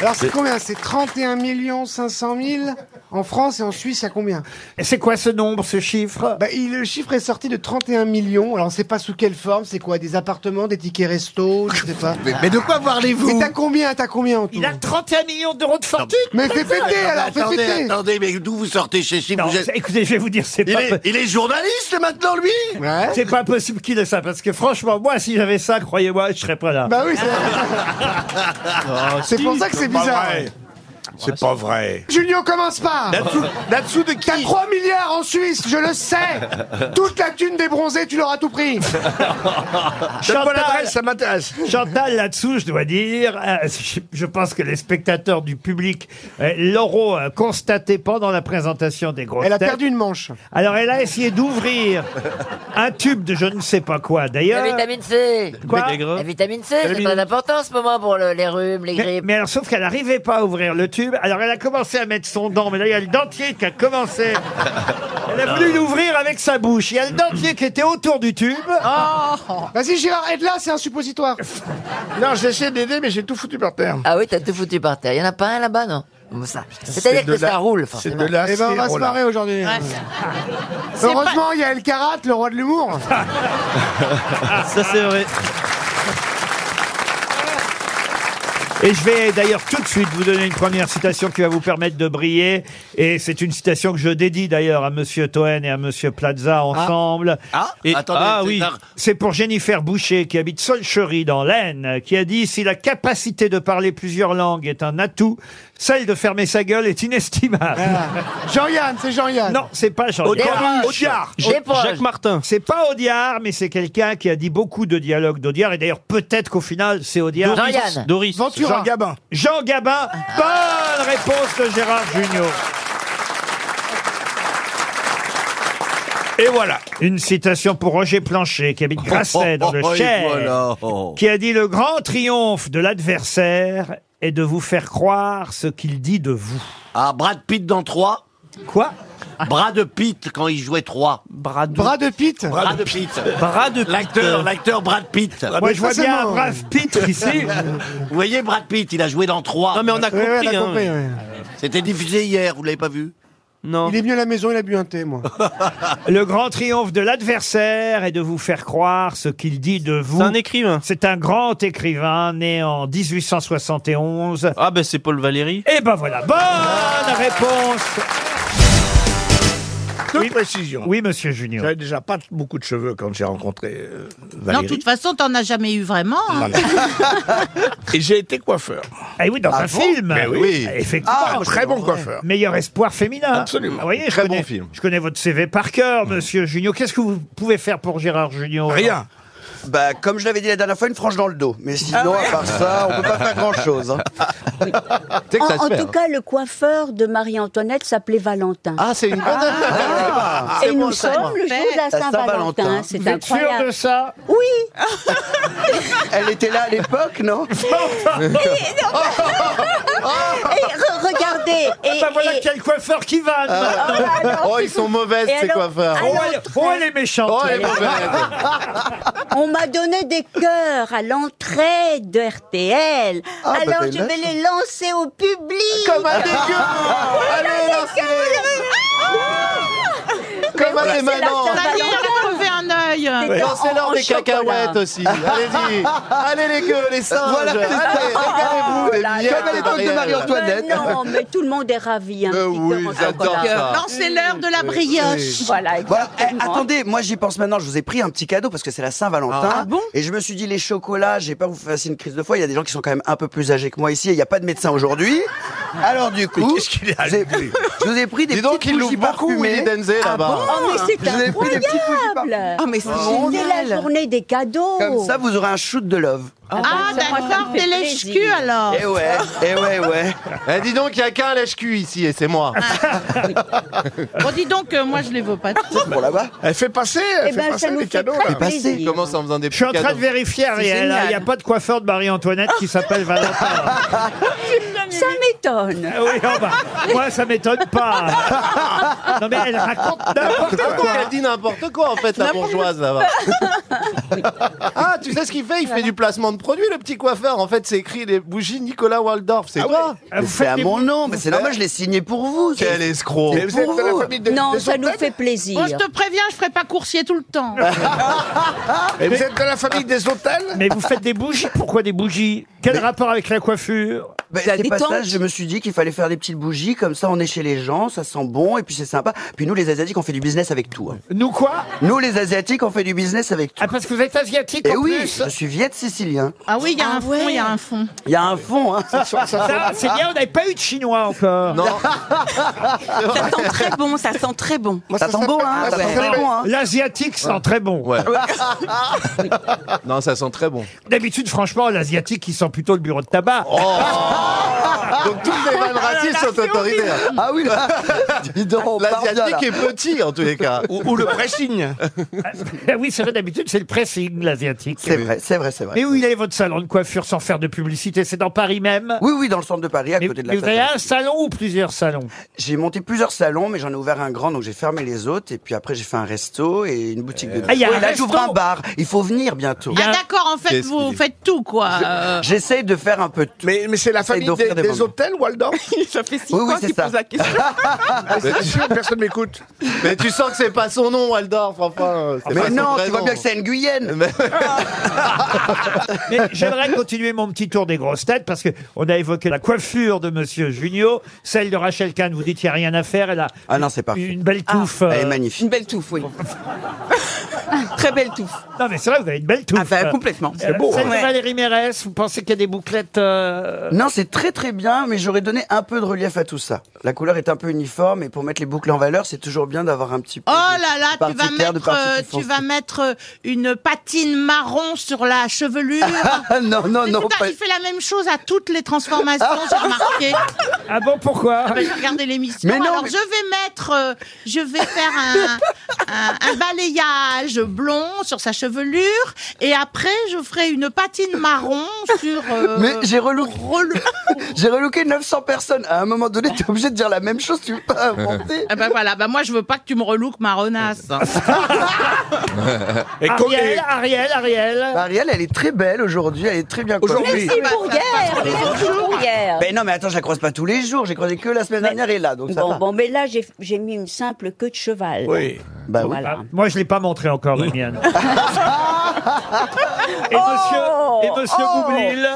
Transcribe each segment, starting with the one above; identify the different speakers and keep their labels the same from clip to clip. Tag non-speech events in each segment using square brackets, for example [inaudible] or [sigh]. Speaker 1: Alors c'est combien C'est 31 500 000 en France et en Suisse, à combien
Speaker 2: C'est quoi ce nombre, ce chiffre
Speaker 1: bah, il- Le chiffre est sorti de 31 millions. Alors on sait pas sous quelle forme, c'est quoi Des appartements, des tickets resto, je sais pas.
Speaker 3: Mais, mais de quoi parlez-vous
Speaker 1: Mais t'as combien T'as combien en tout
Speaker 2: Il a 31 millions d'euros de fortune
Speaker 1: Mais fais péter
Speaker 3: Attendez,
Speaker 1: alors, fais
Speaker 3: Ah, bah, attendez,
Speaker 1: péter
Speaker 3: attendez, mais d'où vous sortez chez si
Speaker 2: Non,
Speaker 3: vous êtes...
Speaker 2: c'est- écoutez, je vais vous dire, c'est
Speaker 3: Il
Speaker 2: pas,
Speaker 3: est, il est journaliste maintenant, lui
Speaker 1: Ouais.
Speaker 2: c'est pas possible qu'il ait ça, parce que franchement, moi, si j'avais ça, croyez-moi, je serais pas là.
Speaker 1: Bah oui, c'est
Speaker 4: Ah,
Speaker 1: C'est pour ça que c'est bizarre.
Speaker 4: C'est pas vrai.
Speaker 1: Julien, commence pas
Speaker 4: Là-dessous de
Speaker 1: T'as
Speaker 4: qui
Speaker 1: 3 milliards en Suisse, je
Speaker 4: [laughs]
Speaker 1: le sais Toute la thune des bronzés, tu l'auras tout pris
Speaker 4: Donne-moi
Speaker 2: Chantal,
Speaker 4: l'adresse, ça m'intéresse.
Speaker 2: Chantal, là-dessous, je dois dire, euh, je- je pense que les spectateurs du public euh, l'auront euh, constaté pendant la présentation des grosses
Speaker 1: Elle a
Speaker 2: têtes.
Speaker 1: perdu une manche.
Speaker 2: Alors, elle a essayé d'ouvrir un tube de je ne sais pas quoi,
Speaker 5: La
Speaker 2: d'ailleurs.
Speaker 5: vitamine C
Speaker 2: Quoi
Speaker 5: La vitamine C, c'est
Speaker 2: vitamine-
Speaker 5: pas important en ce moment pour le- les rhumes, les
Speaker 2: mais,
Speaker 5: grippes.
Speaker 2: mais alors, sauf qu'elle n'arrivait pas à ouvrir le tube. Alors, elle a commencé à mettre son dent. Mais là, il y a le dentier qui a commencé. Elle a voulu l'ouvrir avec sa bouche. Il y a le dentier qui était autour du tube.
Speaker 3: Ah.
Speaker 1: Vas-y Gérard, aide-la, c'est un suppositoire.
Speaker 4: Non, j'essaie d'aider, mais j'ai tout foutu par terre.
Speaker 5: Ah oui, t'as tout foutu par terre. Y'en a pas un là-bas, non Comme ça. C'est-à-dire
Speaker 4: de
Speaker 5: que ça
Speaker 4: la-
Speaker 5: roule,
Speaker 4: C'est
Speaker 5: forcément.
Speaker 4: de la
Speaker 1: Eh ben on va se
Speaker 4: scérola.
Speaker 1: marrer aujourd'hui. [laughs] Heureusement, il y a El Karat, le roi
Speaker 4: [laughs]
Speaker 1: de l'humour.
Speaker 6: Ça c'est vrai.
Speaker 2: Et je vais d'ailleurs tout de suite vous donner une première citation qui va vous permettre de briller. Et c'est une citation que je dédie d'ailleurs à Monsieur Toen et à Monsieur Plaza ensemble.
Speaker 3: Ah,
Speaker 6: Et-
Speaker 3: attendez,
Speaker 6: ah
Speaker 3: c'est
Speaker 6: oui.
Speaker 3: tard.
Speaker 2: C'est pour Jennifer Boucher, qui habite Solchery dans l'Aisne, qui a dit « Si la capacité de parler plusieurs langues est un atout, celle de fermer sa gueule est inestimable.
Speaker 3: Ah.
Speaker 1: Jean-Yann, c'est Jean-Yann.
Speaker 2: Non, c'est pas jean
Speaker 5: Ah Audiard.
Speaker 2: Audiard.
Speaker 5: J'ai pas-
Speaker 6: Jacques Martin.
Speaker 2: C'est pas Audiard, mais c'est quelqu'un qui a dit beaucoup de dialogues d'Audiard. Et d'ailleurs, peut-être qu'au final, c'est Audiard.
Speaker 5: Jean-Yann.
Speaker 6: Doris.
Speaker 1: Ventura.
Speaker 4: Jean Gabin.
Speaker 2: Jean Gabin. Bonne réponse de Gérard Junior.
Speaker 4: Et voilà.
Speaker 2: Une citation pour Roger Plancher, qui habite Grasset, dans le
Speaker 3: Oh, oh, oh, et
Speaker 2: Cher,
Speaker 3: voilà.
Speaker 2: qui a dit « Le grand triomphe de l'adversaire est de vous faire croire ce qu'il dit de vous.
Speaker 3: Ah, Brad Pitt dans 3 ».
Speaker 2: Quoi
Speaker 3: Brad Pitt quand il jouait 3.
Speaker 6: Bras de,
Speaker 1: Bras de Pete.
Speaker 3: Brad Pitt.
Speaker 6: bras de
Speaker 3: L'acteur,
Speaker 6: Peter.
Speaker 3: l'acteur Brad Pitt.
Speaker 2: Moi,
Speaker 1: mais
Speaker 2: je vois bien un
Speaker 1: forcément.
Speaker 2: brave Pete ici.
Speaker 3: Vous voyez, Brad Pitt, il a joué dans 3.
Speaker 6: Non mais on
Speaker 1: Ouais,
Speaker 6: a compris.
Speaker 1: ouais, elle a
Speaker 6: hein,
Speaker 1: compris,
Speaker 6: mais-
Speaker 1: ouais.
Speaker 3: C'était diffusé hier, vous l'avez pas vu
Speaker 6: Non.
Speaker 1: Il est venu à la maison, il a bu un thé, moi.
Speaker 2: Le grand triomphe de l'adversaire est de vous faire croire ce qu'il dit de vous.
Speaker 6: C'est un écrivain.
Speaker 2: C'est un grand écrivain né en 1871.
Speaker 6: Ah ben c'est Paul Valéry.
Speaker 2: Et ben voilà, bonne réponse.
Speaker 4: Deux
Speaker 2: Oui.
Speaker 4: précisions.
Speaker 2: Oui, monsieur Junior.
Speaker 4: J'avais déjà pas beaucoup de cheveux quand j'ai rencontré euh,
Speaker 7: Non,
Speaker 4: Valérie.
Speaker 7: de toute façon, t'en as jamais eu vraiment. hein.
Speaker 4: Et j'ai été coiffeur.
Speaker 2: Ah oui, dans un film. Eh,
Speaker 4: Mais oui.
Speaker 2: Effectivement.
Speaker 4: Ah, très bon coiffeur.
Speaker 2: Meilleur espoir féminin.
Speaker 4: Absolument.
Speaker 2: Vous voyez, je
Speaker 4: Très
Speaker 2: connais,
Speaker 4: bon film. Hmm.
Speaker 2: Je connais votre CV par cœur, monsieur Junio. Qu'est-ce que vous pouvez faire pour Gérard Junio
Speaker 4: Rien.
Speaker 8: Bah, comme je l'avais dit la dernière fois, une frange dans le dos.
Speaker 3: Ah
Speaker 8: Mais sinon, à part ça, on peut pas faire grand-chose. [laughs] hein.
Speaker 9: En, en tout cas, le coiffeur de Marie-Antoinette s'appelait Valentin.
Speaker 8: Ah, c'est une bonne
Speaker 9: Et nous sommes le jour de
Speaker 8: Eh,
Speaker 9: la Saint-Valentin. C'est
Speaker 2: Vous êtes sûr de
Speaker 9: incroyable.
Speaker 2: ça Oh,
Speaker 9: Oui,
Speaker 8: Elle était là à l'époque, non
Speaker 9: et re- regardez.
Speaker 8: Ah,
Speaker 9: Et,
Speaker 2: Bah voilà
Speaker 9: et-
Speaker 2: quel coiffeur qui va.
Speaker 4: Euh,
Speaker 9: oh, alors,
Speaker 8: Oh, ils sont mauvaises,
Speaker 9: Et
Speaker 8: ces
Speaker 9: alors- Ah,
Speaker 8: coiffeurs.
Speaker 2: Oh,
Speaker 9: alors,
Speaker 2: elle, oh, elle est méchante.
Speaker 8: Oh,
Speaker 2: elle.
Speaker 8: elle est mauvaise.
Speaker 9: on m'a donné des cœurs à l'entrée de RTL.
Speaker 8: Ah, bah,
Speaker 9: alors,
Speaker 8: t'as une
Speaker 9: je
Speaker 8: lâche.
Speaker 9: vais les lancer au public.
Speaker 8: Comme un dégueu Allez, lancez-les Comme un
Speaker 9: c'est la
Speaker 8: des manants
Speaker 9: Saint-Valentin.
Speaker 7: Ça y est, il a levé un œil.
Speaker 9: C'était en-
Speaker 8: Lancez-leur
Speaker 9: en
Speaker 8: des
Speaker 9: chocolat.
Speaker 8: cacahuètes aussi Allez-y Allez les gueux, les singes
Speaker 4: Voilà, c'est ça.
Speaker 8: Allez, regardez-vous les
Speaker 9: Oh là
Speaker 8: miettes
Speaker 9: là.
Speaker 8: de Marie-Antoinette.
Speaker 9: Mais non, mais tout le monde est ravi. hein, Un
Speaker 8: Euh,
Speaker 9: petit
Speaker 8: oui,
Speaker 9: cœur en
Speaker 8: j'adore
Speaker 9: chocolat.
Speaker 8: ça.
Speaker 7: Non, c'est l'heure de la brioche.
Speaker 9: Voilà,
Speaker 8: Voilà, eh,
Speaker 9: exactement.
Speaker 8: attendez, moi j'y pense maintenant, je vous ai pris un petit cadeau parce que c'est la Saint-Valentin.
Speaker 7: Ah bon
Speaker 8: Et je me suis dit, les chocolats, j'ai pas vous fassiez une crise de foi, il y a des gens qui sont quand même un peu plus âgés que moi ici et il n'y a pas de médecin aujourd'hui. Alors du coup,
Speaker 4: qu'est-ce qu'il est
Speaker 8: je, vous ai,
Speaker 4: allumé
Speaker 8: je vous ai pris des
Speaker 3: Dis donc,
Speaker 8: petites
Speaker 3: il
Speaker 8: bougies
Speaker 3: l'ouvre beaucoup,
Speaker 8: parfumées.
Speaker 3: Willy Denzé, là-bas.
Speaker 9: Oh, mais c'est
Speaker 8: Je vous ai pris des petits coups du
Speaker 9: incroyable. Ah,
Speaker 7: mais c'est
Speaker 9: C'est la journée des cadeaux.
Speaker 8: Comme ça, vous aurez un shoot de love.
Speaker 9: bah,
Speaker 7: Ah, d'accord, t'es lèche cul
Speaker 4: Ah.
Speaker 7: alors.
Speaker 8: Eh ouais, eh ouais, ouais.
Speaker 3: Eh, dis donc, il n'y a qu'un lèche-cul ici, et c'est moi.
Speaker 7: Bon, dis donc, euh, moi je les veux pas.
Speaker 8: Bon là-bas.
Speaker 4: [laughs] Elle fait passer, elle
Speaker 9: Eh
Speaker 4: fait
Speaker 9: ben,
Speaker 4: passer
Speaker 9: ça nous
Speaker 4: les
Speaker 9: fait
Speaker 4: cadeaux.
Speaker 9: très
Speaker 4: là.
Speaker 8: Passez,
Speaker 9: plaisir.
Speaker 3: Il commence en faisant des
Speaker 2: Je suis en
Speaker 3: petits
Speaker 2: train de
Speaker 3: cadeaux.
Speaker 2: vérifier,
Speaker 8: [laughs]
Speaker 2: Ariel. hein. Il n'y a pas de coiffeur de Marie-Antoinette qui s'appelle Valentin.
Speaker 9: Ça m'étonne. m'étonne.
Speaker 2: Ah oui, oh bah, moi, ça m'étonne pas.
Speaker 8: [laughs]
Speaker 2: Non, mais elle raconte n'importe
Speaker 3: N'importe
Speaker 2: quoi.
Speaker 3: quoi. Elle dit n'importe quoi, en fait, la bourgeoise, là-bas. [laughs] ah, tu sais ce qu'il fait Il fait du placement de produits, le petit coiffeur. En fait, c'est écrit les bougies Nicolas Waldorf. C'est toi
Speaker 2: Ah, vous
Speaker 8: C'est
Speaker 2: faites
Speaker 8: à
Speaker 2: des-
Speaker 8: mon nom, mais c'est normal, je l'ai signé pour vous.
Speaker 3: Quel escroc
Speaker 4: Mais vous êtes de
Speaker 7: Oh.
Speaker 4: la famille de,
Speaker 9: Non,
Speaker 4: des
Speaker 9: ça nous
Speaker 4: Ondaatjes
Speaker 9: fait plaisir.
Speaker 7: Moi, je te préviens, je ferai pas coursier tout le temps.
Speaker 4: Et vous êtes de la famille des hôtels
Speaker 2: Mais vous faites des bougies Pourquoi des bougies Quel rapport avec la coiffure
Speaker 8: Ben,
Speaker 5: La
Speaker 8: c'est pas
Speaker 5: détente.
Speaker 8: ça, je me suis dit qu'il fallait faire des petites bougies, comme ça on est chez les gens, ça sent bon, et puis c'est sympa. Puis nous les Asiatiques, on fait du business avec tout. hein.
Speaker 2: Nous quoi
Speaker 8: Nous les Asiatiques, on fait du business avec tout.
Speaker 2: Ah, parce que vous êtes asiatique
Speaker 8: Et
Speaker 2: en
Speaker 8: Eh oui,
Speaker 2: plus
Speaker 8: je suis viette sicilien.
Speaker 7: Ah oui, il y a
Speaker 5: Ah
Speaker 7: un fond, il
Speaker 5: ouais.
Speaker 7: y a un fond.
Speaker 8: Il y a un fond, hein.
Speaker 2: Ça, c'est bien, on n'avait pas eu de chinois encore.
Speaker 3: Non,
Speaker 10: Ça sent très bon, ça sent très bon.
Speaker 4: Moi,
Speaker 8: Ça sent bon, hein.
Speaker 4: ah,
Speaker 8: Ça
Speaker 4: ouais.
Speaker 8: sent très bon, hein.
Speaker 2: L'asiatique sent très bon.
Speaker 3: ouais. non, ça sent très bon.
Speaker 2: D'habitude, franchement, l'asiatique, il sent plutôt le bureau de tabac.
Speaker 8: Oh.
Speaker 3: Donc, toutes les vannes racistes sont autoritaires.
Speaker 8: Ah oui, là. dis donc, on part bien, là.
Speaker 3: L'asiatique est petit, en tous les cas.
Speaker 4: Ou, ou le pressing.
Speaker 2: Ah oui, c'est vrai, d'habitude, c'est le pressing, l'asiatique.
Speaker 8: C'est vrai, c'est vrai, c'est vrai.
Speaker 2: Mais où il est votre salon de coiffure sans faire de publicité C'est dans Paris même
Speaker 8: Oui, oui, dans le centre de Paris, à
Speaker 2: mais,
Speaker 8: côté de
Speaker 2: mais
Speaker 8: la
Speaker 2: vous avez
Speaker 8: place.
Speaker 2: un salon ou plusieurs salons
Speaker 8: J'ai monté plusieurs salons, mais j'en ai ouvert un grand, donc j'ai fermé les autres. Et puis après, j'ai fait un resto et une boutique de.
Speaker 2: Ah, il y a
Speaker 8: déco.
Speaker 2: un
Speaker 8: Et là, j'ouvre
Speaker 2: resto.
Speaker 8: un bar. Il faut venir bientôt.
Speaker 2: y a
Speaker 7: Ah
Speaker 2: un-
Speaker 7: d'accord, en fait,
Speaker 3: Qu'est-ce
Speaker 7: vous
Speaker 3: qu'il est
Speaker 7: faites tout, quoi. Euh,
Speaker 8: J'essaye de faire un peu de tout.
Speaker 4: Mais, mais c'est la famille
Speaker 8: d'offrir
Speaker 4: des,
Speaker 8: des
Speaker 4: des
Speaker 8: moments.
Speaker 4: hôtels, Waldorf
Speaker 10: ça fait six
Speaker 8: Oui, oui,
Speaker 10: fois
Speaker 8: c'est
Speaker 10: qu'il
Speaker 8: ça.
Speaker 10: pose la
Speaker 3: [laughs]
Speaker 10: question.
Speaker 4: Personne m'écoute.
Speaker 3: Mais tu sens que c'est pas son nom, Waldorf, enfin. c'est pas
Speaker 8: Mais
Speaker 3: son
Speaker 8: non,
Speaker 3: vrai
Speaker 8: tu vois
Speaker 3: nom.
Speaker 8: bien que c'est une Guyenne. [laughs]
Speaker 2: Mais j'aimerais continuer mon petit tour des grosses têtes parce que on a évoqué la coiffure de Monsieur Junio, celle de Rachel Kahn. Vous dites il n'y a rien à faire. Elle a
Speaker 8: Ah non, c'est parfait.
Speaker 2: une belle touffe.
Speaker 8: Elle est
Speaker 2: euh,
Speaker 8: magnifique.
Speaker 10: Une belle touffe, oui. très belle touffe.
Speaker 2: Non mais c'est vrai, vous avez une belle touffe.
Speaker 10: Ah bah,
Speaker 2: Euh,
Speaker 10: complètement.
Speaker 2: euh, Celle de
Speaker 10: Ouais.
Speaker 2: Valérie Mérès, vous pensez qu'il y a des bouclettes euh,
Speaker 8: hein. Non, c'est très très bien, mais j'aurais donné un peu de relief à tout ça. La couleur est un peu uniforme, et pour mettre les boucles en valeur, c'est toujours bien d'avoir un petit peu.
Speaker 7: Oh
Speaker 8: de-
Speaker 7: là
Speaker 8: de
Speaker 7: là, tu
Speaker 8: partie
Speaker 7: vas
Speaker 8: claire, de
Speaker 7: mettre,
Speaker 8: partie
Speaker 7: euh,
Speaker 8: plus
Speaker 7: tu
Speaker 8: foncée.
Speaker 7: vas mettre euh, une patine marron sur la chevelure.
Speaker 8: [laughs] Ah non, non,
Speaker 7: Mais
Speaker 8: non,
Speaker 7: putain,
Speaker 8: pas-
Speaker 7: Il fait la même chose à toutes les transformations, j'ai remarqué.
Speaker 8: [laughs]
Speaker 2: Ah bon pourquoi
Speaker 7: J'ai regardé l'émission.
Speaker 8: Mais non,
Speaker 7: Alors
Speaker 8: mais-
Speaker 7: je vais mettre, euh, je vais faire un, un- un balayage blond sur sa chevelure et après je ferai une patine marron sur. euh,
Speaker 8: Mais j'ai relooké,
Speaker 7: rele-
Speaker 8: [laughs] j'ai relooké 900 personnes. À un moment donné, t'es obligé de dire la même chose, tu veux
Speaker 7: [laughs]
Speaker 8: pas inventer.
Speaker 7: Ah bah voilà, bah moi je veux pas que tu me relookes ma renasse.
Speaker 4: Et co- et-
Speaker 2: Ariel, Ariel, Ariel.
Speaker 8: Ariel, elle est très belle aujourd'hui, elle est très bien coiffée.
Speaker 4: Aujourd'hui,
Speaker 9: Merci pour hier. Merci pour hier.
Speaker 8: Mais non, mais attends, je la croise pas tous les jours. J'ai croisé que la semaine dernière et là, donc ça
Speaker 9: Bon,
Speaker 8: va.
Speaker 9: bon, mais là, j'ai j'ai mis une simple queue de cheval.
Speaker 4: oui.
Speaker 8: Bah oui.
Speaker 9: Voilà.
Speaker 2: Ah, Moi, je l'ai pas montré encore, la
Speaker 8: [laughs]
Speaker 2: mienne. et
Speaker 9: Oh,
Speaker 2: monsieur, et monsieur
Speaker 9: oh.
Speaker 2: Boublil,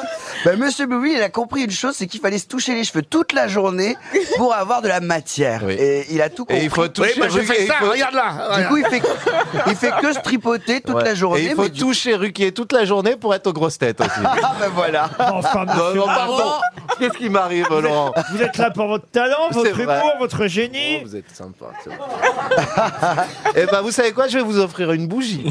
Speaker 8: Bah, Monsieur Boublil, il a compris une chose, c'est qu'il fallait se toucher les cheveux toute la journée pour avoir de la matière.
Speaker 3: Oui.
Speaker 8: Et il a tout compris.
Speaker 3: Et il faut toucher.
Speaker 4: Oui, moi je
Speaker 3: Ruquier,
Speaker 4: fais
Speaker 3: il
Speaker 4: ça,
Speaker 3: faut-
Speaker 4: regarde là.
Speaker 8: Du
Speaker 4: regarde.
Speaker 8: coup, il fait, il fait que se tripoter toute
Speaker 3: Ouais.
Speaker 8: la journée.
Speaker 3: Et il faut
Speaker 8: mais du-
Speaker 3: toucher Ruquier toute la journée pour être aux grosses têtes
Speaker 8: [laughs]
Speaker 3: aussi. [laughs]
Speaker 8: Ah ben voilà.
Speaker 2: enfin,
Speaker 8: Bah,
Speaker 3: Non,
Speaker 2: monsieur,
Speaker 3: non, pardon. Qu'est-ce qui m'arrive, Laurent
Speaker 2: vous êtes là pour votre talent, votre
Speaker 3: vrai.
Speaker 2: humour, votre
Speaker 3: Oh,
Speaker 2: génie.
Speaker 3: Vous êtes sympa. c'est vrai. [laughs] Eh ben, vous savez quoi Je vais vous offrir une bougie.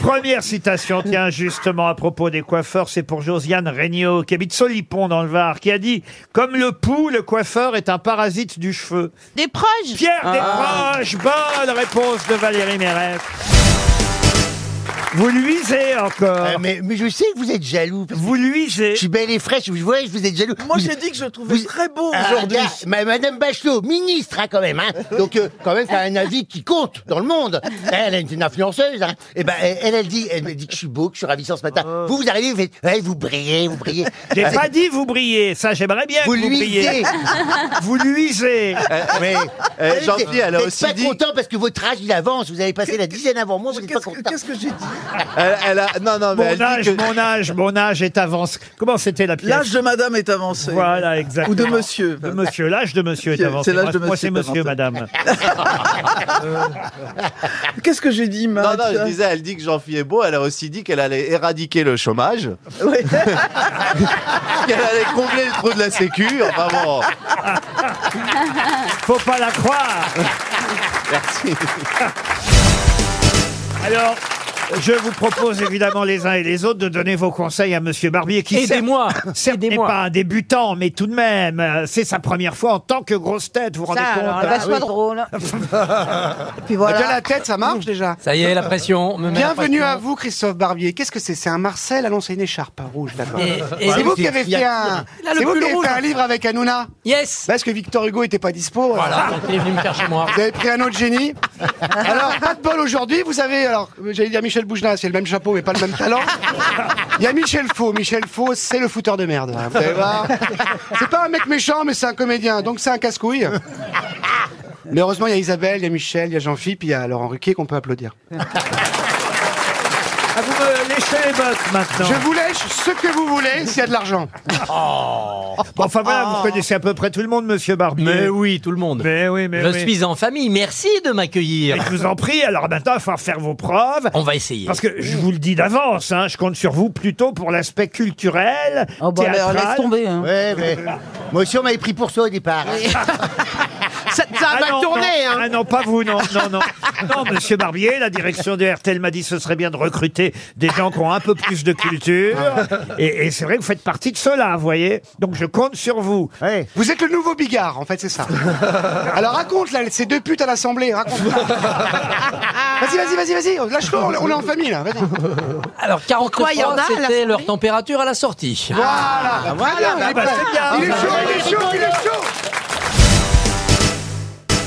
Speaker 2: Première citation, tiens, justement, à propos des coiffeurs, c'est pour Josiane Regnault, qui habite Solipon dans le Var, qui a dit « Comme le pou, le coiffeur est un parasite du cheveu.
Speaker 7: Des proches »
Speaker 2: Pierre
Speaker 3: Ah.
Speaker 2: Desproges, bonne réponse de Valérie Mérès. Vous luisez encore.
Speaker 3: Eh,
Speaker 11: Euh, mais, mais je sais que vous êtes jaloux. parce que
Speaker 2: Vous luisez.
Speaker 11: Je suis belle et fraîche, vous voyez, vous êtes jaloux.
Speaker 10: Moi,
Speaker 11: Vous-
Speaker 10: j'ai dit que je le trouvais
Speaker 11: vous-
Speaker 10: très beau
Speaker 11: Ah,
Speaker 10: aujourd'hui.
Speaker 11: regarde, ma- Madame Bachelot, ministre hein, quand même, hein. donc euh, quand même, elle a un avis qui compte dans le monde. Elle est une influenceuse. hein. Et ben, elle, elle, elle dit, elle me dit que je suis beau, que je suis ravissant ce matin. Vous, vous arrivez, vous faites, ouais, vous brillez, vous brillez.
Speaker 3: [laughs]
Speaker 2: J'ai pas dit vous brillez, ça j'aimerais bien
Speaker 11: Vous
Speaker 2: que vous brilliez.
Speaker 11: luisez.
Speaker 2: Vous luisez.
Speaker 11: Mais
Speaker 3: Eh, Jean-Pierre, elle a
Speaker 11: vous êtes
Speaker 3: aussi
Speaker 11: pas
Speaker 3: dit.
Speaker 11: content parce que votre âge il avance. Vous avez passé la dizaine avant moi, vous n'êtes pas content.
Speaker 3: Elle, elle a... Non,
Speaker 2: Mon
Speaker 3: non, mais bah, elle
Speaker 2: âge,
Speaker 3: dit que.
Speaker 2: mon âge, mon âge est avancé. Comment c'était la pièce
Speaker 10: L'âge de madame est avancé.
Speaker 2: Voilà, exactement.
Speaker 10: Ou de monsieur.
Speaker 2: De monsieur, l'âge de monsieur est
Speaker 10: C'est-
Speaker 2: avancé.
Speaker 10: c'est l'âge
Speaker 2: Moi,
Speaker 10: de
Speaker 2: Moi, c'est
Speaker 10: monsieur qui est [laughs]
Speaker 2: monsieur, madame.
Speaker 10: Qu'est-ce que j'ai dit,
Speaker 3: Non,
Speaker 10: Matt
Speaker 3: non, je disais, elle dit que Jean-Philippe est beau. Elle a aussi dit qu'elle allait éradiquer le chômage. [laughs] qu'elle allait combler le trou de la sécu. Enfin bon,
Speaker 2: Faut pas la croire.
Speaker 3: merci.
Speaker 2: [laughs] Alors, Je vous propose évidemment les uns et les autres de donner vos conseils à Monsieur Barbier qui
Speaker 6: Aidez-moi,
Speaker 2: certes- certes n'est
Speaker 6: aidez-moi.
Speaker 2: pas un débutant, mais tout de même, euh, c'est sa première fois en tant que grosse tête. Vous vous rendez
Speaker 12: Ça,
Speaker 2: compte
Speaker 12: alors là,
Speaker 2: Ah
Speaker 12: oui.
Speaker 2: oui.
Speaker 12: drôle.
Speaker 1: Et puis
Speaker 12: hein. voilà.
Speaker 1: Déjà la tête, ça marche déjà.
Speaker 13: Ça y est, la pression. on me met la
Speaker 1: Bienvenue
Speaker 13: pression.
Speaker 1: à vous, Christophe Barbier. Qu'est-ce que c'est C'est un Marcel annoncé une écharpe rouge, d'accord.
Speaker 13: Et- et-
Speaker 1: C'est vous qui avez
Speaker 13: Il y a-
Speaker 1: fait un,
Speaker 13: il a le
Speaker 1: c'est vous
Speaker 13: pull
Speaker 1: qui avez
Speaker 13: rouge.
Speaker 1: fait un livre avec Hanouna
Speaker 13: Yes
Speaker 1: Parce que Victor Hugo était pas dispo.
Speaker 13: Voilà, donc il est venu me faire chez moi.
Speaker 1: Vous avez pris un autre génie. Alors, pas de bol aujourd'hui, vous avez, alors, j'allais dire Michel Bougelin, c'est le même chapeau mais pas le même talent. Il y a Michel Faux. Michel Faux, c'est le fouteur de merde. hein, Vous allez voir. C'est pas un mec méchant, mais c'est un comédien, donc c'est un casse-couille. Mais heureusement, il y a Isabelle, il y a Michel, il y a Jean-Philippe, il y a Laurent Ruquier qu'on peut applaudir.
Speaker 2: Ah, vous me léchez les bottes maintenant.
Speaker 1: Je vous lèche ce que vous voulez s'il y a de l'argent.
Speaker 2: Bon, enfin voilà, vous connaissez à peu près tout le monde, Monsieur Barbier.
Speaker 13: Mais oui, tout le monde.
Speaker 2: Mais oui, mais
Speaker 13: Je
Speaker 2: oui.
Speaker 13: suis en famille, merci de m'accueillir.
Speaker 2: Mais je vous en prie, alors maintenant, il va falloir faire vos preuves.
Speaker 13: On va essayer.
Speaker 2: Parce que je vous le dis d'avance, hein, je compte sur vous plutôt pour l'aspect
Speaker 12: bah,
Speaker 2: culturel,
Speaker 12: alors,
Speaker 2: théâtral.
Speaker 12: laisse tomber, hein.
Speaker 11: Ouais, mais- Moi aussi, on m'avait pris pour ça au départ.
Speaker 2: Ça,
Speaker 11: a mal tourné,
Speaker 12: hein.
Speaker 2: Ah non, pas vous, non, non, [laughs] non. Non, monsieur Barbier, la direction de RTL m'a dit ce serait bien de recruter des gens qui ont un peu plus
Speaker 1: [laughs]
Speaker 2: de culture. Et, et c'est vrai que vous faites partie de cela, vous voyez. Donc je compte sur vous.
Speaker 1: Vous êtes le nouveau Bigard, en fait, c'est ça. Alors raconte, là, ces deux putes à l'Assemblée, raconte. Vas-y, vas-y, vas-y, vas-y, lâche-le, on est- on est en famille, là, vas-y.
Speaker 13: Alors, 40
Speaker 1: Pourquoi il y en a à la
Speaker 13: c'était leur
Speaker 1: sortie
Speaker 13: température à la sortie.
Speaker 1: Voilà,
Speaker 13: Ah,
Speaker 1: très bien,
Speaker 13: bah,
Speaker 1: il est prêt.
Speaker 13: c'est bien.
Speaker 1: Il est chaud, il est chaud, il est chaud